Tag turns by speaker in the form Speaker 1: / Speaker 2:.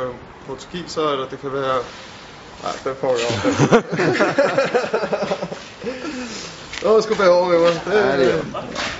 Speaker 1: øh, portugiser, eller det kan være... Nej, den får jeg over. Åh, sgu bag over med mig. Det,
Speaker 2: Ja, det er
Speaker 1: øh,